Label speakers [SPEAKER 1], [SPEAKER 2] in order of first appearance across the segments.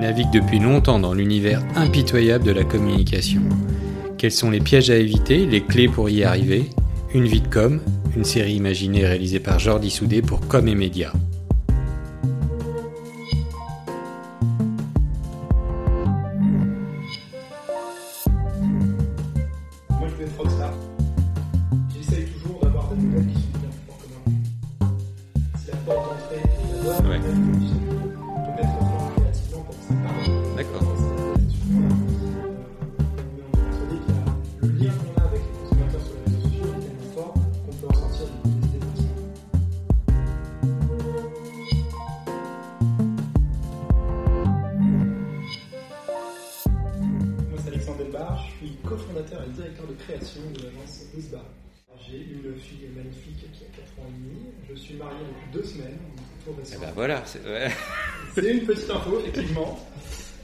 [SPEAKER 1] navigue depuis longtemps dans l'univers impitoyable de la communication. Quels sont les pièges à éviter, les clés pour y arriver Une vie de com, une série imaginée et réalisée par Jordi Soudé pour Com et Média.
[SPEAKER 2] Moi, je vais être rockstar. J'essaye toujours d'avoir des nouvelles qui sont bien pour commun. C'est la porte d'entrée qui me donne.
[SPEAKER 1] Ouais.
[SPEAKER 2] peut-être que j'essaie de mettre en forme créativement pour que ça parle.
[SPEAKER 1] D'accord.
[SPEAKER 2] Le lien qu'on a avec les consommateurs sur les réseaux sociaux est tellement fort qu'on peut ressentir des idées comme ça. Moi, c'est Alexandre Delbar, je suis cofondateur et directeur de création de l'agence Isbar. J'ai une fille magnifique qui a 4 ans et demi. Je suis marié depuis deux semaines, tout récent.
[SPEAKER 1] Eh ben voilà, c'est- ouais.
[SPEAKER 2] C'est une petite info, effectivement.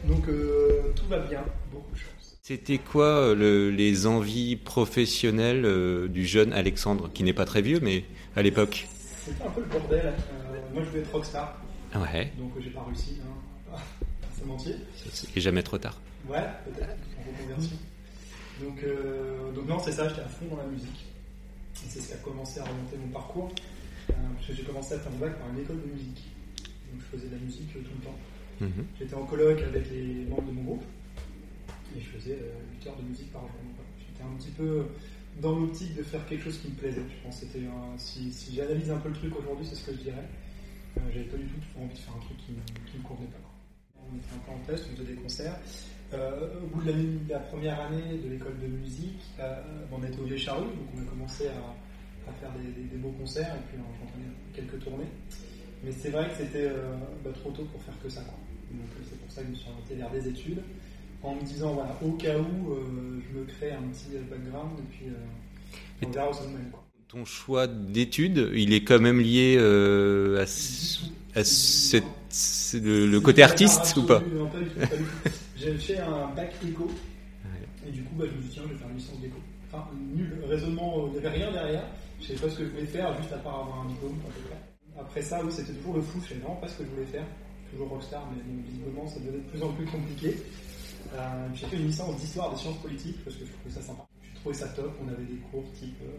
[SPEAKER 2] Donc, euh, tout va bien, beaucoup de chance.
[SPEAKER 1] c'était quoi euh, le- les envies professionnelles euh, du jeune Alexandre, qui n'est pas très vieux, mais à l'époque
[SPEAKER 2] C'était un peu le bordel. Euh, moi, je voulais être rockstar,
[SPEAKER 1] Ouais,
[SPEAKER 2] donc euh, j'ai pas réussi, hein. c'est mentir.
[SPEAKER 1] c'est jamais trop tard.
[SPEAKER 2] Ouais, peut-être, en reconversion. Donc, euh, donc non, c'est ça, j'étais à fond dans la musique. Et c'est ce qui a commencé à remonter mon parcours. euh, parce que j'ai commencé à faire mon bac par une école de musique. Donc, je faisais de la musique euh, tout le temps.
[SPEAKER 1] Mhm.
[SPEAKER 2] J'étais en colloque avec les membres de mon groupe et je faisais 8 heures de musique par jour. Donc, voilà, J'étais un petit peu dans l'optique de faire quelque chose qui me plaisait. Je pense que c'était un- si, si j'analyse un peu le truc aujourd'hui, c'est ce que je dirais. Euh, J'avais pas du tout envie de faire un truc qui, me- qui me convenait pas. On était un peu en test, on faisait des concerts. Euh, au bout de la, la première année de l'école de musique, euh, on était au Vieux Charrue, donc on a commencé à, à faire des, des- des beaux concerts et puis on j'entraînais quelques tournées. Mais c'est vrai que c'était euh, bah, trop tôt pour faire que ça. quoi. Donc euh, c'est pour ça que je me suis orienté vers des études, en me disant voilà, au cas où, euh, je me crée un petit euh, background et puis euh, on verra où ça nous mène. Quoi.
[SPEAKER 1] Ton choix d'études, il est quand même lié euh, à, ce- à cette- c'est le, le côté
[SPEAKER 2] C'est
[SPEAKER 1] artiste
[SPEAKER 2] pas
[SPEAKER 1] ou pas
[SPEAKER 2] absolu, non, pas du tout, pas du tout. J'ai fait un bac éco et du coup bah, je me suis dit tiens, je vais faire une licence d'éco. Enfin, nul raisonnement, euh, il n'y avait rien derrière. Je savais pas ce que je voulais faire, juste à part avoir un diplôme. quoi, à peu près. Après ça, oui, c'était toujours le fou, je savais vraiment pas ce que je voulais faire. Toujours rockstar, mais bon, visiblement ça devenait de plus en plus compliqué. Euh, j'ai fait une licence d'histoire des sciences politiques parce que je trouvais ça sympa. Je trouvais ça top. On avait des cours type euh,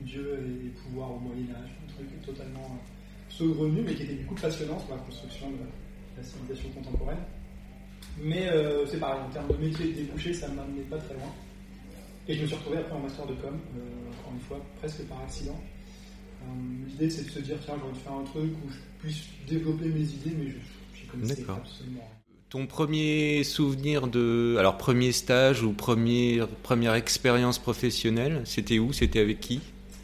[SPEAKER 2] Dieu et pouvoir au Moyen-Âge, un truc totalement euh, saugrenu, mais qui était du coup passionnant sur la construction de la civilisation contemporaine. Mais euh, c'est pareil, en termes de métier et de débouché, ça ne m'amenait pas très loin. Et je me suis retrouvé après en master de com, euh, encore une fois, presque par accident. Euh, L'idée, c'est de se dire, tiens, j'ai envie de faire un truc où je puisse développer mes idées, mais je j'y connaissais
[SPEAKER 1] D'accord.
[SPEAKER 2] absolument rien.
[SPEAKER 1] Ton premier souvenir de. Alors, premier stage ou première, première expérience professionnelle, c'était où C'était avec qui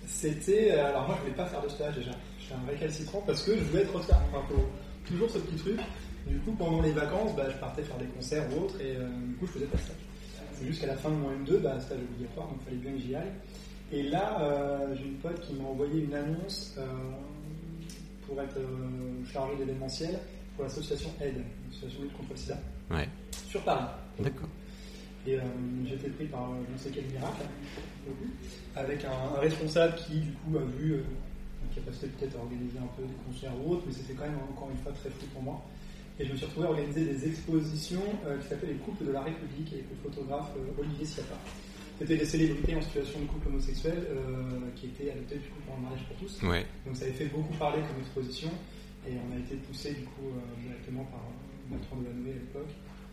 [SPEAKER 2] C'était. euh, Alors, moi, je voulais pas faire de stage déjà. Je suis un récalcitrant parce que je voulais être rockstar. Enfin, faut- toujours ce petit truc. Du coup, pendant les vacances, bah, je partais faire des concerts ou autre et euh, du coup, je faisais pas de stage. C'est jusqu'à la fin de mon M2, bah, stage obligatoire, donc il fallait bien que j'y aille. Et là, euh, j'ai une pote qui m'a envoyé une annonce euh, pour être euh, chargé d'événementiel pour l'association AIDE, l'association lutte contre le sida,
[SPEAKER 1] Ouais,
[SPEAKER 2] sur Paris.
[SPEAKER 1] d'accord.
[SPEAKER 2] Et euh, j'étais pris par euh, je ne sais quel miracle, hein, avec un, un responsable qui, du coup, a vu euh, la capacité peut-être à organiser un peu des concerts ou autres, mais c'était quand même encore une fois très flou pour moi. Et je me suis retrouvé à organiser des expositions euh, qui s'appelaient Les couples de la République avec le photographe euh, Olivier Sciappa. C'était des célébrités en situation de couple homosexuel euh, qui étaient adoptées du coup pour le mariage pour tous.
[SPEAKER 1] Ouais,
[SPEAKER 2] Donc ça avait fait beaucoup parler comme exposition et on a été poussé du coup euh, directement par euh, Bertrand Delanoë à l'époque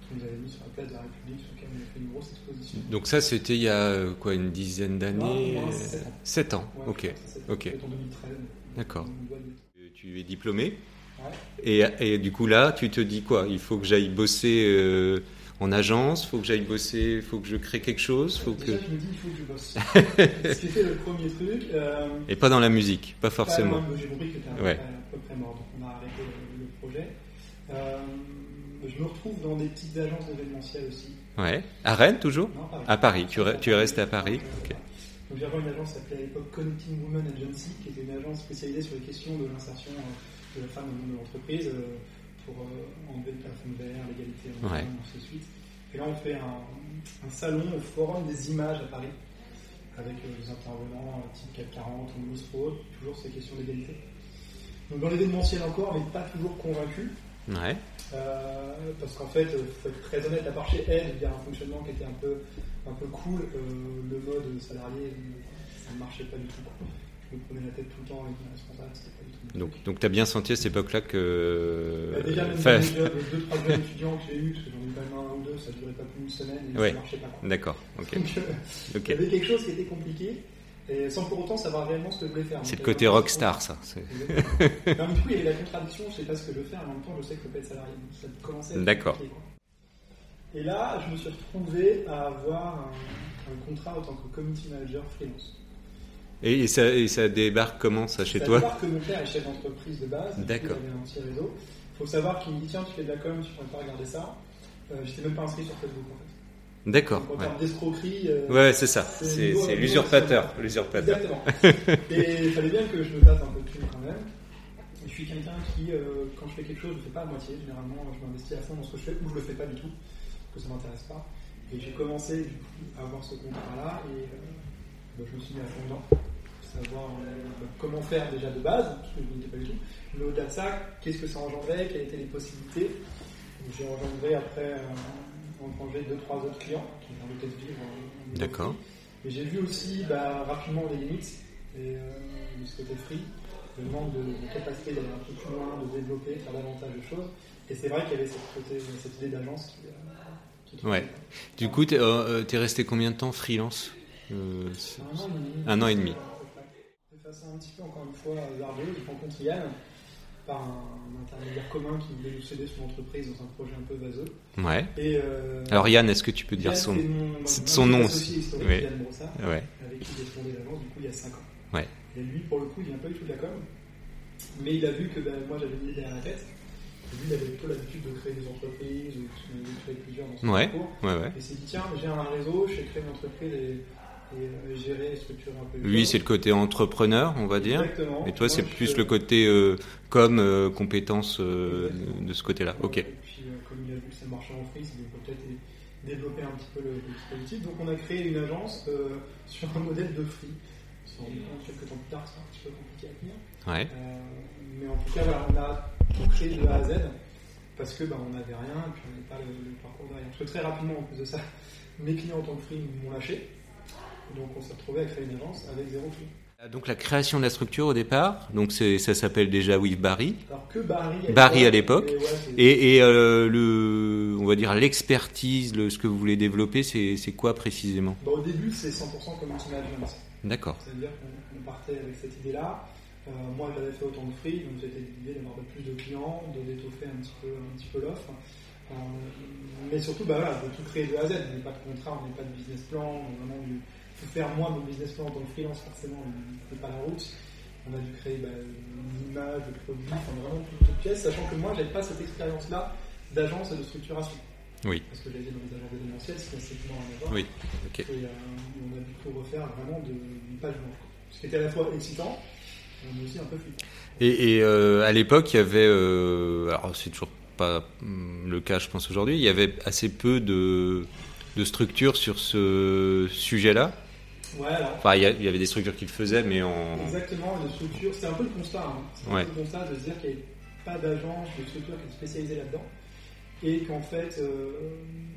[SPEAKER 2] qui nous avait mis sur la place de la République sur laquelle on avait fait une grosse exposition.
[SPEAKER 1] donc ça, c'était il y a euh, quoi, une dizaine d'années
[SPEAKER 2] Non, moins sept ans.
[SPEAKER 1] Sept ans,
[SPEAKER 2] Ouais,
[SPEAKER 1] ok,
[SPEAKER 2] je pense que c'était
[SPEAKER 1] ok.
[SPEAKER 2] peut-être en 2013.
[SPEAKER 1] d'accord.
[SPEAKER 2] On doit y être.
[SPEAKER 1] Euh, Tu es diplômé
[SPEAKER 2] Ouais.
[SPEAKER 1] et, et du coup, là, tu te dis quoi Il faut que j'aille bosser euh, en agence, faut que j'aille bosser, il faut que je crée quelque chose, faut que.
[SPEAKER 2] Déjà je me dis il faut que je bosse. C'était le premier truc. euh,
[SPEAKER 1] Et pas dans la musique, pas forcément.
[SPEAKER 2] Pas loin, J'ai compris que t'étais à peu
[SPEAKER 1] Ouais.
[SPEAKER 2] près- à peu près mort, donc on a arrêté le, le projet. Euh, je me retrouve dans des petites agences événementielles aussi.
[SPEAKER 1] Ouais. À Rennes, toujours
[SPEAKER 2] Non, Paris.
[SPEAKER 1] À Paris, tu, re- tu es resté à Paris Ok.
[SPEAKER 2] Donc j'avais une agence qui s'appelait à l'époque Connecting Women Agency, qui était une agence spécialisée sur les questions de l'insertion euh, de la femme au monde de l'entreprise euh, pour euh, enlever le plafond vert, l'égalité, homme-femme,
[SPEAKER 1] Ouais.
[SPEAKER 2] ainsi de suite. Et là on fait un, un salon au Forum des images à Paris, avec euh, des intervenants euh, type CAC 40 ou Miss Pro, toujours ces questions d'égalité. Donc dans l'événementiel encore, mais pas toujours convaincu.
[SPEAKER 1] Ouais.
[SPEAKER 2] Euh, parce qu'en fait, euh, faut être très honnête, à part chez elle, il y a un fonctionnement qui était un peu, un peu cool. euh, le mode salarié, euh, ça ne marchait pas du tout. quoi. Je me prenais la tête tout le temps avec mes responsables, c'était pas du tout. mon
[SPEAKER 1] Donc, donc tu as bien senti à cette époque-là que. euh,
[SPEAKER 2] Bah, déjà, même
[SPEAKER 1] Enfin,
[SPEAKER 2] dans les jobs, les deux, trois jobs étudiants que j'ai eu, parce que j'en ai eu quand même un ou deux, ça durait pas plus d'une semaine et
[SPEAKER 1] Ouais.
[SPEAKER 2] ça marchait pas. quoi.
[SPEAKER 1] D'accord, ok.
[SPEAKER 2] Donc, euh, il y
[SPEAKER 1] ok.
[SPEAKER 2] avait quelque chose qui était compliqué, et sans pour autant savoir réellement ce que je voulais faire.
[SPEAKER 1] C'est le
[SPEAKER 2] Donc,
[SPEAKER 1] côté
[SPEAKER 2] euh,
[SPEAKER 1] rockstar, ça. c'est-
[SPEAKER 2] Exactement. Mais en même temps, il y avait la contradiction, je sais pas ce que je veux faire, mais en même temps, je sais que je peux être salarié. Donc, Ça commençait à être
[SPEAKER 1] D'accord.
[SPEAKER 2] compliqué, quoi. Et là, je me suis retrouvé à avoir un, un contrat en tant que community manager freelance.
[SPEAKER 1] Et, et ça, et ça débarque comment, ça, chez
[SPEAKER 2] Ça
[SPEAKER 1] toi
[SPEAKER 2] part que mon père est chef d'entreprise de base, donc
[SPEAKER 1] D'accord.
[SPEAKER 2] il avait un petit réseau. Il faut savoir qu'il me dit tiens, tu fais de la com, tu pourrais pas regarder ça. Euh, J'étais même pas inscrit sur Facebook en fait.
[SPEAKER 1] D'accord,
[SPEAKER 2] Donc, en
[SPEAKER 1] ouais.
[SPEAKER 2] termes d'escroquerie, euh,
[SPEAKER 1] Ouais, c'est ça.
[SPEAKER 2] C'est
[SPEAKER 1] C'est
[SPEAKER 2] nouveau,
[SPEAKER 1] c'est
[SPEAKER 2] nouveau,
[SPEAKER 1] l'usurpateur. L'usurpateur.
[SPEAKER 2] Exactement. Et il fallait bien que je me fasse un peu de thune quand même. Et Je suis quelqu'un qui, euh, quand je fais quelque chose, je ne fais pas à moitié. Généralement, je m'investis à fond dans ce que je fais ou je le fais pas du tout, parce que ça m'intéresse pas. Et j'ai commencé du coup, à avoir ce contrat-là et euh, bah, je me suis mis à fond dedans. Savoir euh, bah, comment faire déjà de base, parce que je ne connaissais pas du tout. Mais au-delà de ça, qu'est-ce que ça engendrait, quelles étaient les possibilités. J'ai engendré après euh, engendré deux, trois autres clients qui m'ont peut-être vivre. euh, en
[SPEAKER 1] D'accord.
[SPEAKER 2] mais j'ai vu aussi bah, rapidement les limites et, euh, de ce côté free, le manque de, de capacité d'aller un peu plus loin, de développer, faire davantage de choses. Et c'est vrai qu'il y avait cette, côté- cette idée d'agence qui, euh, qui
[SPEAKER 1] Ouais. Du coup, t'es euh, euh, t'es resté combien de temps freelance Euh, c'est-
[SPEAKER 2] un an et demi.
[SPEAKER 1] Un an et demi.
[SPEAKER 2] De façon un petit peu, encore une fois, hasardeuse, je rencontre Yann par un, un intermédiaire commun qui voulait nous céder son entreprise dans un projet un peu vaseux.
[SPEAKER 1] Ouais.
[SPEAKER 2] Et, euh,
[SPEAKER 1] Alors Yann, est-ce que tu peux dire
[SPEAKER 2] Yann,
[SPEAKER 1] son
[SPEAKER 2] c'est mon-
[SPEAKER 1] c'est
[SPEAKER 2] mon
[SPEAKER 1] son nom
[SPEAKER 2] associé
[SPEAKER 1] aussi.
[SPEAKER 2] historique,
[SPEAKER 1] Ouais.
[SPEAKER 2] Yann Brossard.
[SPEAKER 1] Ouais.
[SPEAKER 2] avec qui j'ai fondé l'agence du coup il y a 5 ans.
[SPEAKER 1] Ouais.
[SPEAKER 2] Et lui pour le coup il vient pas du tout de la com, mais il a vu que ben, moi j'avais une idée derrière la tête. Et Lui il avait plutôt l'habitude de créer des entreprises ou de de créer plusieurs dans son
[SPEAKER 1] Ouais.
[SPEAKER 2] parcours.
[SPEAKER 1] Ouais, ouais.
[SPEAKER 2] Et il s'est dit tiens j'ai un réseau, je sais créer une entreprise et, et, euh, gérer et structurer un peu. les
[SPEAKER 1] Lui,
[SPEAKER 2] choses.
[SPEAKER 1] c'est le côté entrepreneur, on va dire.
[SPEAKER 2] Exactement.
[SPEAKER 1] Et toi, c'est
[SPEAKER 2] Moi, je-
[SPEAKER 1] plus le côté euh, com, euh, compétence euh,
[SPEAKER 2] Exactement.
[SPEAKER 1] de ce côté-là. Ok.
[SPEAKER 2] Et puis, euh, comme il a vu que ça marchait en frise, il peut peut-être é- développer un petit peu le, le dispositif. Donc, on a créé une agence euh, sur un modèle de free. On s'est rendu compte quelques temps plus tard que c'est un petit peu compliqué à tenir.
[SPEAKER 1] Ouais.
[SPEAKER 2] Euh, mais en tout cas, voilà, on a tout créé de A à Z parce que ben, on n'avait rien et puis on n'avait pas le, le parcours derrière. Parce que très rapidement, en plus de ça, mes clients en tant que free m'ont lâché. Donc on s'est retrouvé à créer une agence avec zéro free.
[SPEAKER 1] Euh, Donc la création de la structure au départ, donc c'est- ça s'appelle déjà With Barry.
[SPEAKER 2] Alors que Barry.
[SPEAKER 1] Barry à l'époque.
[SPEAKER 2] et ouais, c'est-
[SPEAKER 1] Et, et, euh, le, on va dire l'expertise, le- ce que vous voulez développer, c'est c'est quoi précisément
[SPEAKER 2] ben, au début, c'est 100% community management.
[SPEAKER 1] D'accord.
[SPEAKER 2] C'est-à-dire qu'on on partait avec cette idée-là. Euh, moi, j'avais fait autant de free, donc c'était l'idée d'avoir plus de clients, de d'étoffer un petit peu, un petit peu l'offre. Euh, mais surtout, bah voilà, de tout créer de A à Z. On n'a pas de contrat, on n'a pas de business plan, on a vraiment dû tout faire moi, mon business plan en tant que freelance, forcément, on ne pas la route. On a dû créer bah, une image, le produit, enfin vraiment toutes toutes pièces, sachant que moi, j'avais pas cette expérience-là d'agence et de structuration.
[SPEAKER 1] Oui.
[SPEAKER 2] Parce que j'avais dans les agences événementielles, ce qui n'a strictement rien à voir.
[SPEAKER 1] Oui. Ok.
[SPEAKER 2] Et, euh, on a dû tout refaire vraiment de d'une page blanche. quoi. Ce qui était à la fois excitant, mais aussi un peu flippant.
[SPEAKER 1] Et, et, euh, à l'époque, il y avait, euh, alors c'est toujours pas hum, le cas, je pense aujourd'hui, il y avait assez peu de, de structures sur ce sujet-là.
[SPEAKER 2] Ouais, alors,
[SPEAKER 1] Enfin, il y, a- il y avait des structures qui le faisaient, mais en
[SPEAKER 2] exactement, une structure, c'est un peu le constat. hein. C'est
[SPEAKER 1] Ouais.
[SPEAKER 2] un peu le constat de se dire qu'il n'y avait pas d'agence, de structure qui est spécialisée là-dedans. Et qu'en fait, euh,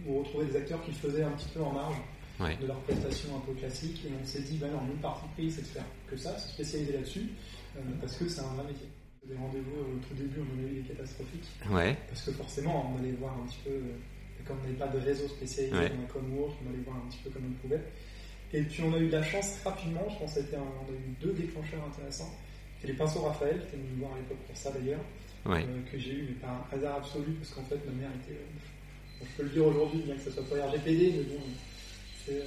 [SPEAKER 2] on retrouvait des acteurs qui le faisaient un petit peu en marge
[SPEAKER 1] Ouais.
[SPEAKER 2] de leurs prestations un peu classiques. Et on s'est dit, bah non, nous, parti pris, c'est de faire que ça, se spécialiser là-dessus, euh, parce que c'est un vrai métier. Les rendez-vous euh, au tout début, on en a eu des catastrophiques.
[SPEAKER 1] ouais,
[SPEAKER 2] Parce que forcément, on allait voir un petit peu, euh, comme on n'avait pas de réseau spécialisé
[SPEAKER 1] Ouais.
[SPEAKER 2] dans la com ou autre, on allait voir un petit peu comme on pouvait. Et puis on a eu de la chance rapidement, je pense qu'on a eu deux déclencheurs intéressants. C'était les pinceaux Raphaël, qui étaient venus me voir à l'époque pour ça d'ailleurs,
[SPEAKER 1] ouais,
[SPEAKER 2] euh, que j'ai eu, mais par un hasard absolu, parce qu'en fait ma mère était, euh, bon, je peux le dire aujourd'hui, bien que ce soit pas RGPD, mais bon, c'est, euh,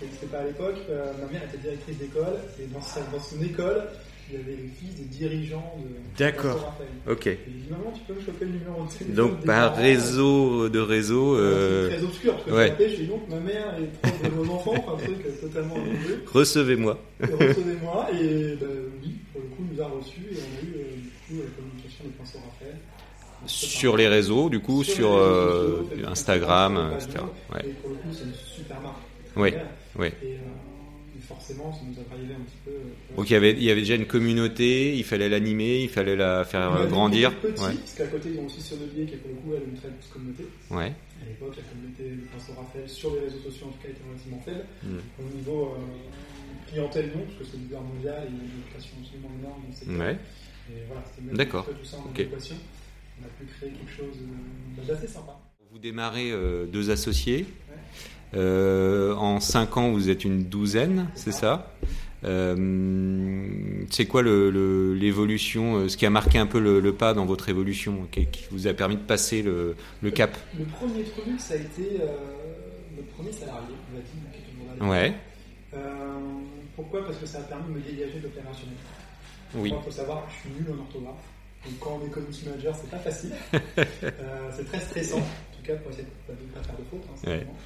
[SPEAKER 2] c'est- c'est pas à l'époque, Euh, ma mère était directrice d'école, et dans, sa- dans son école, il y avait les fils des dirigeants de
[SPEAKER 1] D'accord.
[SPEAKER 2] Pinceau Raphaël.
[SPEAKER 1] ok.
[SPEAKER 2] Et il dit, maman, tu peux me choper le numéro de téléphone
[SPEAKER 1] Donc
[SPEAKER 2] des
[SPEAKER 1] par
[SPEAKER 2] parents
[SPEAKER 1] réseau de réseau,
[SPEAKER 2] Euh,
[SPEAKER 1] euh,
[SPEAKER 2] C'est très obscur, parce que
[SPEAKER 1] ouais.
[SPEAKER 2] je m'appelais, je dis donc ma mère est prof de mon enfant, enfin, un truc euh, totalement inconnu.
[SPEAKER 1] recevez-moi.
[SPEAKER 2] Recevez-moi, et bah, oui, pour le coup, il nous a reçus, et on a eu euh, du coup la communication de Pinceau Raphaël.
[SPEAKER 1] Sur les réseaux, du coup,
[SPEAKER 2] Sur
[SPEAKER 1] sur,
[SPEAKER 2] les réseaux
[SPEAKER 1] euh,
[SPEAKER 2] sociaux, Facebook,
[SPEAKER 1] Instagram,
[SPEAKER 2] Instagram,
[SPEAKER 1] etc. Ouais.
[SPEAKER 2] Et pour le coup, c'est une super marque.
[SPEAKER 1] Oui,
[SPEAKER 2] Ouais.
[SPEAKER 1] oui.
[SPEAKER 2] Et euh, enfin, forcément, ça nous a drivé un petit peu. euh,
[SPEAKER 1] Donc il y avait, il y avait déjà une communauté, il fallait l'animer, il fallait la faire euh,
[SPEAKER 2] Ouais,
[SPEAKER 1] grandir.
[SPEAKER 2] Petit,
[SPEAKER 1] Ouais.
[SPEAKER 2] Parce qu'à côté, ils ont aussi ce levier qui est pour le coup, elle une très grosse communauté.
[SPEAKER 1] ouais.
[SPEAKER 2] À l'époque, la communauté de Vincent Raphaël sur les réseaux sociaux, en tout cas, était relativement faible.
[SPEAKER 1] Mm.
[SPEAKER 2] Au niveau euh, clientèle, non, parce que c'est l'hiver mondial, il y a une location absolument énorme. donc c'est-
[SPEAKER 1] Ouais.
[SPEAKER 2] Et voilà, c'était même
[SPEAKER 1] D'accord.
[SPEAKER 2] un peu tout ça en
[SPEAKER 1] Ok.
[SPEAKER 2] équation. On a pu créer quelque chose euh, d'assez sympa.
[SPEAKER 1] Vous démarrez euh, deux associés.
[SPEAKER 2] Ouais.
[SPEAKER 1] Euh, en cinq ans, vous êtes une douzaine, c'est ça Euh, C'est quoi le- le- l'évolution, euh, ce qui a marqué un peu le, le pas dans votre évolution, qui, qui vous a permis de passer le, le cap
[SPEAKER 2] Le premier truc, ça a été euh, le premier salarié, on l'a dit, qui est toujours là.
[SPEAKER 1] Ouais.
[SPEAKER 2] Euh, pourquoi Parce que ça a permis de me dégager de l'opérationnel.
[SPEAKER 1] Oui.
[SPEAKER 2] Moi, faut savoir, je suis nul en orthographe. Donc, quand on est community manager, c'est pas facile. Euh, c'est très stressant, en tout cas, pour essayer de ne pas faire de faute. hein, c'est
[SPEAKER 1] Ouais.
[SPEAKER 2] vraiment-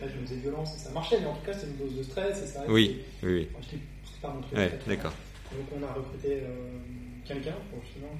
[SPEAKER 2] Là, je me faisais violence, et ça marchait, mais en tout cas, c'est une dose de stress. Et ça
[SPEAKER 1] Oui, oui, oui.
[SPEAKER 2] Enfin, je t'ai- c'est pas mon truc.
[SPEAKER 1] Ouais,
[SPEAKER 2] c'est pas tout.
[SPEAKER 1] d'accord.
[SPEAKER 2] Donc, on a recruté euh, quelqu'un pour justement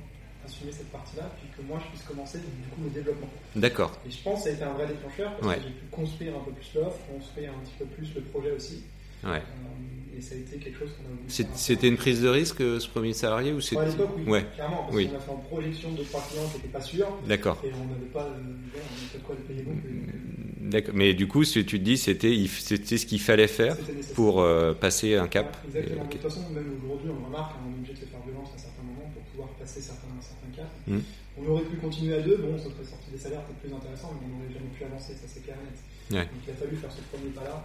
[SPEAKER 2] assumer cette partie-là, puis que moi, je puisse commencer donc, du coup le développement.
[SPEAKER 1] D'accord.
[SPEAKER 2] Et je pense que ça a été un vrai déclencheur, parce
[SPEAKER 1] Ouais.
[SPEAKER 2] que j'ai pu construire un peu plus l'offre, construire un petit peu plus le projet aussi.
[SPEAKER 1] Ouais.
[SPEAKER 2] Euh, et ça a été quelque chose qu'on a voulu
[SPEAKER 1] C'est-
[SPEAKER 2] faire.
[SPEAKER 1] C'était une prise de risque, euh, ce premier salarié ou
[SPEAKER 2] Bon,
[SPEAKER 1] c'était
[SPEAKER 2] à l'époque, oui,
[SPEAKER 1] Ouais.
[SPEAKER 2] clairement, parce
[SPEAKER 1] Oui.
[SPEAKER 2] qu'on a fait en projection de trois clients, c'était pas sûr,
[SPEAKER 1] D'accord.
[SPEAKER 2] et on n'avait pas, euh, voilà, on avait pas de quoi le payer non plus. donc, euh,
[SPEAKER 1] D'accord. Mais du coup, ce que tu te dis, c'était il- c'était ce qu'il fallait faire
[SPEAKER 2] c'était nécessaire.
[SPEAKER 1] pour euh, passer un cap.
[SPEAKER 2] Ouais, Exactement.
[SPEAKER 1] Et- ok.
[SPEAKER 2] De toute façon, même aujourd'hui, on remarque, hein, on est obligé de se faire violence à certains moments pour pouvoir passer certains, certains caps.
[SPEAKER 1] Mm.
[SPEAKER 2] On aurait pu continuer à deux, bon, ça serait sorti des salaires peut-être plus intéressants, mais on n'aurait jamais pu avancer, ça c'est clair et net.
[SPEAKER 1] Ouais.
[SPEAKER 2] Donc il a fallu faire ce premier pas-là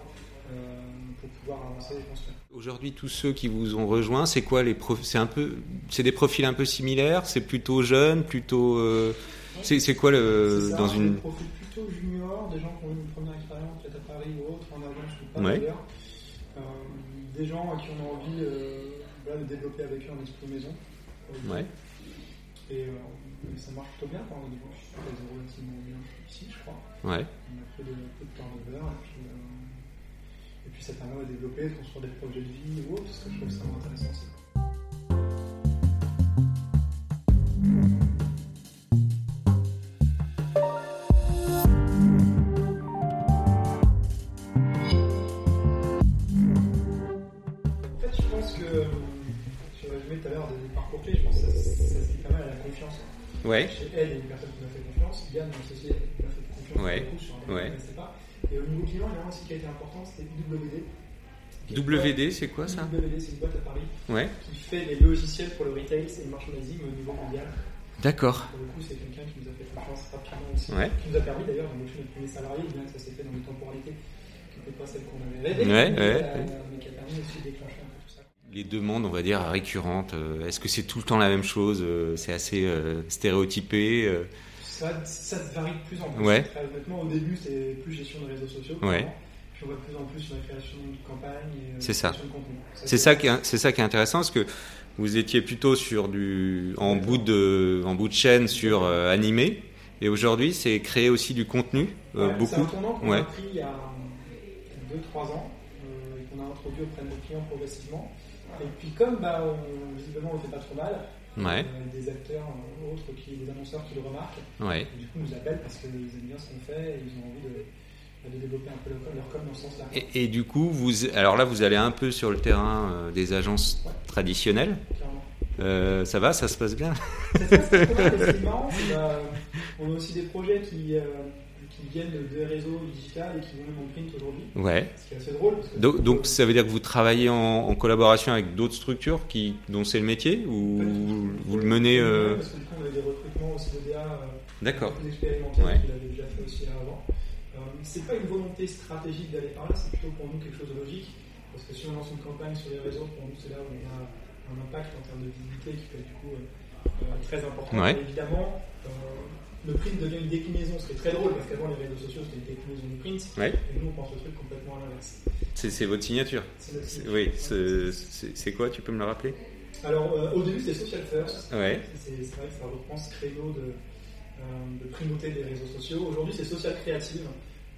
[SPEAKER 2] euh, pour pouvoir avancer et construire.
[SPEAKER 1] Aujourd'hui, tous ceux qui vous ont rejoints, c'est quoi les profils C'est un peu, c'est des profils un peu similaires. C'est plutôt jeune, plutôt. euh, c'est c'est quoi le
[SPEAKER 2] C'est ça,
[SPEAKER 1] Euh, dans
[SPEAKER 2] des
[SPEAKER 1] une
[SPEAKER 2] profils plutôt juniors, des gens qui ont eu une première expérience peut-être à Paris ou autre, en agence ou pas
[SPEAKER 1] Ouais.
[SPEAKER 2] d'ailleurs. Euh, des gens à qui on a envie euh, voilà, de développer avec eux un esprit maison.
[SPEAKER 1] ouais
[SPEAKER 2] Et euh, ça marche plutôt bien quand on a des gens qui se plaisent relativement bien ici, je crois.
[SPEAKER 1] ouais
[SPEAKER 2] On a peu de, peu de turnover et puis, euh, et puis ça permet de développer, de construire des projets de vie ou autre, parce que je trouve ça intéressant aussi. En fait, je pense que, euh, je résumais tout à l'heure des parcours clés, je pense que ça, ça se lie pas mal à la confiance.
[SPEAKER 1] ouais
[SPEAKER 2] Chez elle, il y a une personne qui m'a fait confiance. Yann, mon associé, m'a fait confiance.
[SPEAKER 1] Ouais.
[SPEAKER 2] pour le coup, sur un point
[SPEAKER 1] Ouais.
[SPEAKER 2] que je connaissais pas. Et au niveau client, il y a un aussi qui a été important, c'était WD.
[SPEAKER 1] WD, c'est quoi ça
[SPEAKER 2] WD, c'est une boîte à Paris
[SPEAKER 1] Ouais
[SPEAKER 2] qui fait les logiciels pour le retail et le merchandising au niveau mondial.
[SPEAKER 1] d'accord
[SPEAKER 2] Pour le coup, c'est quelqu'un qui nous a fait confiance rapidement aussi.
[SPEAKER 1] ouais
[SPEAKER 2] Qui nous a permis d'ailleurs d'embaucher notre premier salarié, bien que ça s'est fait dans des temporalités qui n'étaient pas celles qu'on avait rêvées.
[SPEAKER 1] Ouais,
[SPEAKER 2] mais,
[SPEAKER 1] ouais,
[SPEAKER 2] euh,
[SPEAKER 1] ouais.
[SPEAKER 2] mais qui a permis aussi de déclencher un peu tout ça.
[SPEAKER 1] les demandes on va dire récurrentes. euh, Est-ce que c'est tout le temps la même chose Euh, C'est assez euh, stéréotypé. euh,
[SPEAKER 2] Ça, ça varie de plus en plus.
[SPEAKER 1] Ouais.
[SPEAKER 2] Très honnêtement, au début, c'est plus gestion des réseaux sociaux.
[SPEAKER 1] Ouais.
[SPEAKER 2] clairement. Puis on va de plus en plus sur la création de campagne et euh,
[SPEAKER 1] C'est ça.
[SPEAKER 2] création de contenu.
[SPEAKER 1] C'est ça qui est, c'est ça qui est intéressant parce que vous étiez plutôt sur du en bout de en bout de chaîne sur euh, animé et aujourd'hui c'est créer aussi du contenu euh,
[SPEAKER 2] Ouais, C'est un
[SPEAKER 1] beaucoup.
[SPEAKER 2] tournant qu'on
[SPEAKER 1] Ouais.
[SPEAKER 2] a pris il y a 2-3 ans euh, et qu'on a introduit auprès de nos clients progressivement. Et puis, comme bah, on- visiblement on le fait pas trop mal,
[SPEAKER 1] Ouais,
[SPEAKER 2] euh, des acteurs euh, autres, qui, des annonceurs qui le remarquent,
[SPEAKER 1] ouais,
[SPEAKER 2] et du coup nous appellent parce qu'ils aiment bien ce qu'on fait et ils ont envie de, de développer un peu leur com, leur com dans ce sens-là.
[SPEAKER 1] Et, et du coup, vous, alors là, vous allez un peu sur le terrain euh, des agences traditionnelles.
[SPEAKER 2] Clairement.
[SPEAKER 1] Euh, ça va, ça se passe bien.
[SPEAKER 2] C'est ça, c'est pas mal, mais c'est marrant, c'est, euh, on a aussi des projets qui, euh, qui viennent des réseaux digitaux et qui vont même en print aujourd'hui,
[SPEAKER 1] Ouais.
[SPEAKER 2] ce qui est assez drôle. Parce que,
[SPEAKER 1] Donc, donc, ça veut dire que vous travaillez en, en collaboration avec d'autres structures qui, dont c'est le métier ou vous, vous le menez. euh,
[SPEAKER 2] Parce que du coup, on a des recrutements aussi de DA euh,
[SPEAKER 1] D'accord.
[SPEAKER 2] plus expérimentés
[SPEAKER 1] Ouais.
[SPEAKER 2] qu'il avait déjà fait aussi là avant. Euh, c'est pas une volonté stratégique d'aller par là, c'est plutôt pour nous quelque chose de logique, parce que si on lance une campagne sur les réseaux, pour nous c'est là où on a un impact en termes de visibilité qui peut être du coup euh, euh, très important.
[SPEAKER 1] Ouais.
[SPEAKER 2] Et Évidemment, euh, le print devient une déclinaison, ce qui est très drôle, parce qu'avant les réseaux sociaux c'était une déclinaison du print,
[SPEAKER 1] Ouais.
[SPEAKER 2] et nous on pense le truc complètement à l'inverse.
[SPEAKER 1] C'est c'est votre signature.
[SPEAKER 2] C'est notre
[SPEAKER 1] C'est-
[SPEAKER 2] cible.
[SPEAKER 1] Oui. c'est- C'est c'est quoi Tu peux me le rappeler
[SPEAKER 2] Alors euh, au début c'était social first,
[SPEAKER 1] Ouais.
[SPEAKER 2] C'est c'est vrai que ça reprend ce créneau de, euh, de primauté des réseaux sociaux. Aujourd'hui, c'est social créative.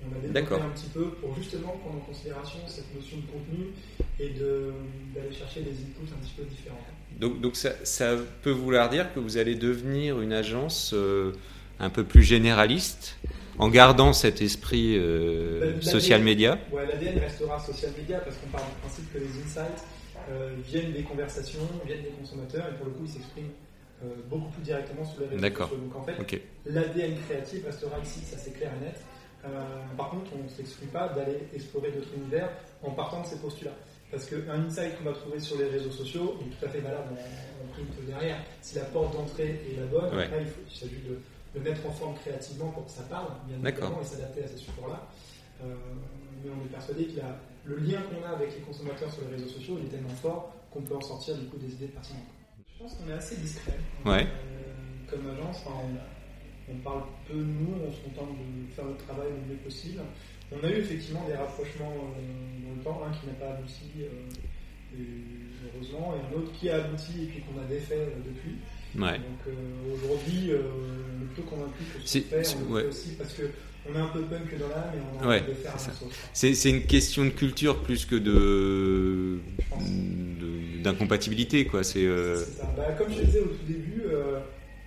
[SPEAKER 2] On a développé
[SPEAKER 1] D'accord.
[SPEAKER 2] un petit peu pour justement prendre en considération cette notion de contenu et de- d'aller chercher des inputs un petit peu différents.
[SPEAKER 1] Donc, donc ça, ça peut vouloir dire que vous allez devenir une agence euh, un peu plus généraliste en gardant cet esprit euh, social média.
[SPEAKER 2] Ouais, l'ADN restera social media parce qu'on part du principe que les insights euh, viennent des conversations, viennent des consommateurs et pour le coup ils s'expriment euh, beaucoup plus directement sur les réseaux
[SPEAKER 1] D'accord.
[SPEAKER 2] sociaux. Donc en fait,
[SPEAKER 1] Ok.
[SPEAKER 2] l'ADN créatif restera ici, ça c'est clair et net. Euh, par contre, on ne s'exclut pas d'aller explorer d'autres univers en partant de ces postulats. Parce qu'un insight qu'on va trouver sur les réseaux sociaux est tout à fait valable en, en print derrière. Si la porte d'entrée est la bonne,
[SPEAKER 1] Ouais.
[SPEAKER 2] après, il, faut- il s'agit de le mettre en forme créativement pour que ça parle, bien
[SPEAKER 1] D'accord.
[SPEAKER 2] évidemment, et s'adapter à ces supports-là. Euh, mais on est persuadé que la- le lien qu'on a avec les consommateurs sur les réseaux sociaux il est tellement fort qu'on peut en sortir du coup des idées pertinentes. Je pense qu'on est assez discret
[SPEAKER 1] Ouais.
[SPEAKER 2] Euh, comme agence. enfin, on, on parle peu de nous, on se contente de faire le travail le mieux possible. On a eu effectivement des rapprochements euh, dans le temps, un qui n'a pas abouti euh, et- heureusement, et un autre qui a abouti et puis qu'on a défait euh, depuis.
[SPEAKER 1] Ouais.
[SPEAKER 2] Donc euh, aujourd'hui, euh, on est plutôt convaincu que ce
[SPEAKER 1] C'est-
[SPEAKER 2] qu'on fait,
[SPEAKER 1] c'est-
[SPEAKER 2] on le
[SPEAKER 1] ouais.
[SPEAKER 2] fait aussi parce qu'on est un peu punk dans l'âme et on a
[SPEAKER 1] Ouais,
[SPEAKER 2] envie de faire
[SPEAKER 1] c'est
[SPEAKER 2] un
[SPEAKER 1] ça.
[SPEAKER 2] autre.
[SPEAKER 1] C'est c'est une question de culture plus que de
[SPEAKER 2] Je pense.
[SPEAKER 1] de- d'incompatibilité quoi. C'est euh,
[SPEAKER 2] C'est ça. Bah, comme je le disais au tout début, euh,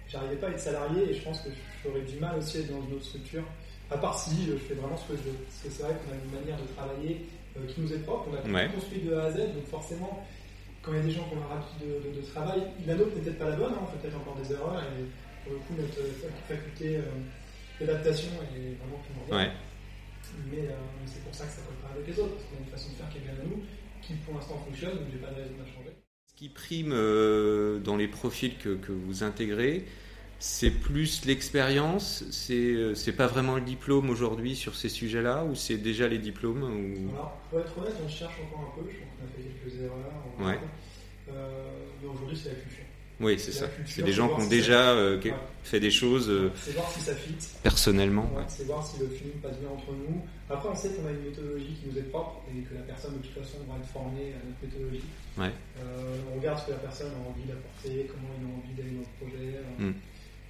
[SPEAKER 2] j'arrivais pas à être salarié et je pense que j'aurais du mal aussi à être dans une autre structure. À part si euh, je fais vraiment ce que je veux. Parce que c'est vrai qu'on a une manière de travailler euh, qui nous est propre, on a tout
[SPEAKER 1] Ouais.
[SPEAKER 2] construit de A à Z, donc forcément, quand il y a des gens qui ont leur habitude de, de- de travail, la nôtre n'est peut-être pas la bonne, hein, on fait peut-être encore des erreurs et pour le coup, notre euh, faculté euh, d'adaptation est vraiment primordiale.
[SPEAKER 1] ouais.
[SPEAKER 2] Mais euh, c'est pour ça que ça colle pas avec les autres, parce qu'on a une façon de faire qui est bien à nous, qui pour l'instant fonctionne, donc j'ai pas de raison de la changer.
[SPEAKER 1] Ce qui prime euh, dans les profils que, que vous intégrez, c'est plus l'expérience, c'est euh, c'est pas vraiment le diplôme aujourd'hui sur ces sujets-là, ou c'est déjà les diplômes ou...
[SPEAKER 2] Alors, pour être honnête, on cherche encore un peu. Je pense qu'on a fait quelques erreurs. on-
[SPEAKER 1] Ouais.
[SPEAKER 2] Euh, mais aujourd'hui, c'est la culture.
[SPEAKER 1] Oui, c'est
[SPEAKER 2] la
[SPEAKER 1] ça.
[SPEAKER 2] culture,
[SPEAKER 1] C'est des gens
[SPEAKER 2] voir
[SPEAKER 1] qui ont
[SPEAKER 2] si ça-
[SPEAKER 1] déjà euh, que-
[SPEAKER 2] Ouais.
[SPEAKER 1] fait des choses euh,
[SPEAKER 2] C'est voir si ça fit.
[SPEAKER 1] personnellement.
[SPEAKER 2] ouais, C'est voir si le feeling passe bien entre nous. Après, on sait qu'on a une méthodologie qui nous est propre et que la personne, de toute façon, va être formée à notre méthodologie.
[SPEAKER 1] Ouais.
[SPEAKER 2] Euh, on regarde ce que la personne a envie d'apporter, comment il a envie d'aller dans le projet. euh,
[SPEAKER 1] Mm.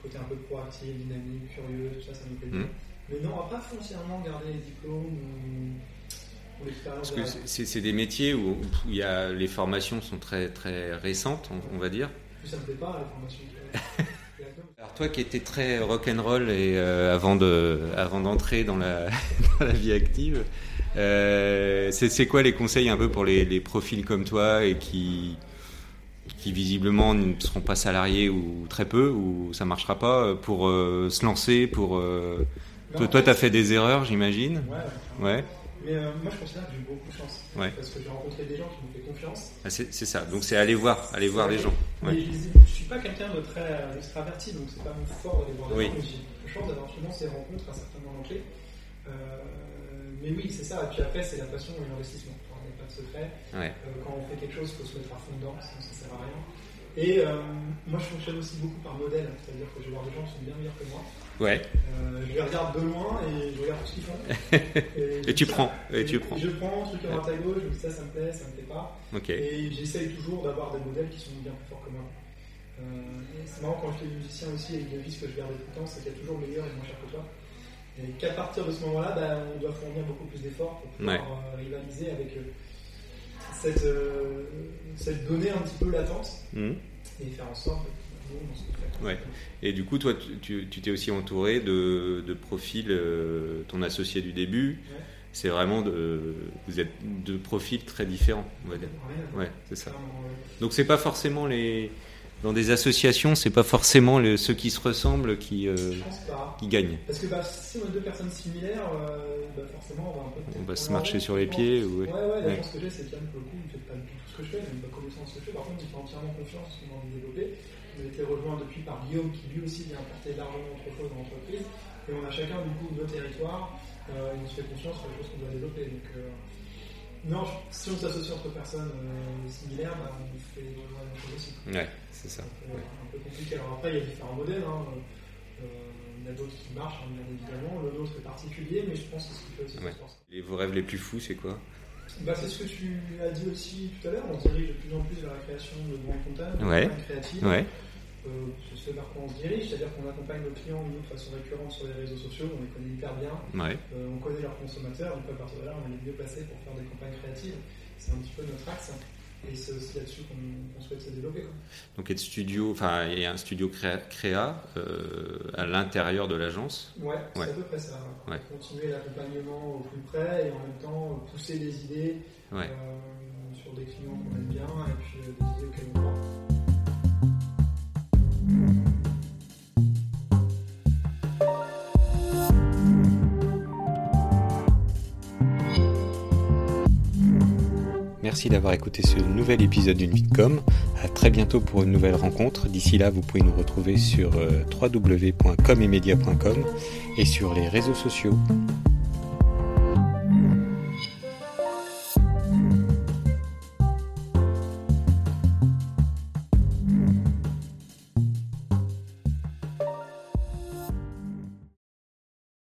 [SPEAKER 2] Côté un peu proactif, dynamique, curieux, tout ça, ça nous plaît
[SPEAKER 1] Mm.
[SPEAKER 2] bien. Mais non, on va pas foncièrement garder les diplômes ou, ou
[SPEAKER 1] Parce
[SPEAKER 2] l'expérience. de
[SPEAKER 1] que
[SPEAKER 2] la-
[SPEAKER 1] c'est- c'est c'est des métiers où, où il y a, les formations sont très, très récentes, on, on va dire.
[SPEAKER 2] Plus ça me plaît pas, la formation. La com.
[SPEAKER 1] Alors toi qui étais très rock'n'roll et euh, avant de avant d'entrer dans la dans la vie active, euh, c'est c'est quoi les conseils un peu pour les, les profils comme toi et qui qui visiblement ne seront pas salariés ou très peu ou ça marchera pas pour euh, se lancer pour euh, toi
[SPEAKER 2] Non, en
[SPEAKER 1] toi
[SPEAKER 2] fait,
[SPEAKER 1] t'as fait des erreurs j'imagine
[SPEAKER 2] Ouais,
[SPEAKER 1] ouais
[SPEAKER 2] mais euh, moi je considère que j'ai eu beaucoup de chance.
[SPEAKER 1] Ouais.
[SPEAKER 2] Parce que j'ai rencontré des gens qui m'ont fait confiance.
[SPEAKER 1] Ah, c'est c'est ça donc c'est aller voir aller voir les gens Ouais.
[SPEAKER 2] Et je, je suis pas quelqu'un de très euh, extraverti, donc c'est pas mon fort d'aller voir les
[SPEAKER 1] Oui.
[SPEAKER 2] gens. mais J'ai eu la chance d'avoir justement ces rencontres à certains moments clés. Euh, mais oui, c'est ça. Et puis après, c'est la passion et l'investissement. Enfin, Il n'y a pas de secret.
[SPEAKER 1] ouais
[SPEAKER 2] Euh, quand on fait quelque chose, il faut se mettre à fond dedans, sinon ça sert à rien. Et euh, moi je fonctionne aussi beaucoup par modèle, c'est-à-dire que je vais voir des gens qui sont bien meilleurs que moi.
[SPEAKER 1] ouais
[SPEAKER 2] Euh, je les regarde de loin et je regarde ce qu'ils font.
[SPEAKER 1] et tu prends et tu
[SPEAKER 2] je-
[SPEAKER 1] prends
[SPEAKER 2] Je prends, truc à droite à gauche, je me dis ça, ça me plaît, ça me plaît pas.
[SPEAKER 1] ok
[SPEAKER 2] Et j'essaye toujours d'avoir des modèles qui sont bien plus forts que moi. Euh, et c'est marrant quand je suis musicien aussi, et une devise que je garde tout le temps, c'est qu'il y a toujours meilleur et moins cher que toi. Et qu'à partir de ce moment-là, bah, on doit fournir beaucoup plus d'efforts pour pouvoir
[SPEAKER 1] Ouais.
[SPEAKER 2] euh, rivaliser avec euh, cette, euh, cette donnée un petit peu latente
[SPEAKER 1] Mhm.
[SPEAKER 2] et faire en sorte que nous, on se fait.
[SPEAKER 1] Ouais. Et du coup, toi, tu- tu tu t'es aussi entouré de, de profils, euh, ton associé du début,
[SPEAKER 2] Ouais.
[SPEAKER 1] c'est vraiment de, vous êtes de profils très différents, on va dire.
[SPEAKER 2] Rien.
[SPEAKER 1] Ouais, c'est ça.
[SPEAKER 2] Vraiment, euh,
[SPEAKER 1] Donc c'est pas forcément les, dans des associations, c'est pas forcément les- ceux qui se ressemblent qui, euh,
[SPEAKER 2] Je pense pas.
[SPEAKER 1] qui gagnent.
[SPEAKER 2] Parce que bah, si on a deux personnes similaires, euh, bah, forcément on va un peu.
[SPEAKER 1] On va se
[SPEAKER 2] Ouais,
[SPEAKER 1] marcher sur les
[SPEAKER 2] ouais.
[SPEAKER 1] pieds. ou-
[SPEAKER 2] Ouais, ouais, la
[SPEAKER 1] Ouais.
[SPEAKER 2] chance que j'ai, c'est qu'Yann, pour le coup, il ne fait pas du tout ce que je fais, il n'a pas connaissance de ce que je fais. Par contre, il fait entièrement confiance en ce qu'on a envie de développer. On a été rejoint depuis par Guillaume, qui lui aussi vient apporter largement autre chose dans l'entreprise. Et on a chacun, du coup, nos territoires, euh, et on se fait confiance sur les choses qu'on doit développer. Donc, euh, non, je- si on s'associe entre personnes euh, similaires, bah, on fait la même chose aussi.
[SPEAKER 1] Ouais, c'est ça.
[SPEAKER 2] Donc, euh, un peu compliqué. Alors après, il y a différents modèles. hein. Euh, il y en a d'autres qui marchent, hein, bien évidemment. Le nôtre est particulier, mais je pense que c'est ce qui fait aussi
[SPEAKER 1] Ouais.
[SPEAKER 2] notre force.
[SPEAKER 1] Les, vos rêves les plus fous, c'est quoi
[SPEAKER 2] Bah, c'est ce que tu as dit aussi tout à l'heure. On se dirige de plus en plus vers la création de grandes comptables,
[SPEAKER 1] Ouais.
[SPEAKER 2] de créatives.
[SPEAKER 1] Ouais,
[SPEAKER 2] Euh, c'est ce vers quoi on se dirige, c'est-à-dire qu'on accompagne nos clients nous, de façon récurrente sur les réseaux sociaux. On les connaît hyper bien.
[SPEAKER 1] ouais,
[SPEAKER 2] Euh, on connaît leurs consommateurs, donc à partir de là, on est les mieux placés pour faire des campagnes créatives. C'est un petit peu notre axe. Et c'est aussi là-dessus qu'on qu'on souhaite se développer. quoi.
[SPEAKER 1] Donc être studio, enfin il y a un studio créa, créa, euh, à l'intérieur de l'agence.
[SPEAKER 2] Ouais, c'est
[SPEAKER 1] Ouais.
[SPEAKER 2] à peu près ça. ouais.
[SPEAKER 1] Ouais.
[SPEAKER 2] Continuer l'accompagnement au plus près et en même temps euh, pousser des idées
[SPEAKER 1] Ouais.
[SPEAKER 2] euh, sur des clients qu'on aime bien et puis euh, des idées auxquelles on croit.
[SPEAKER 3] Merci d'avoir écouté ce nouvel épisode d'une vie de com. À très bientôt pour une nouvelle rencontre. D'ici là, vous pouvez nous retrouver sur euh, www.comemedia.com et sur les réseaux sociaux.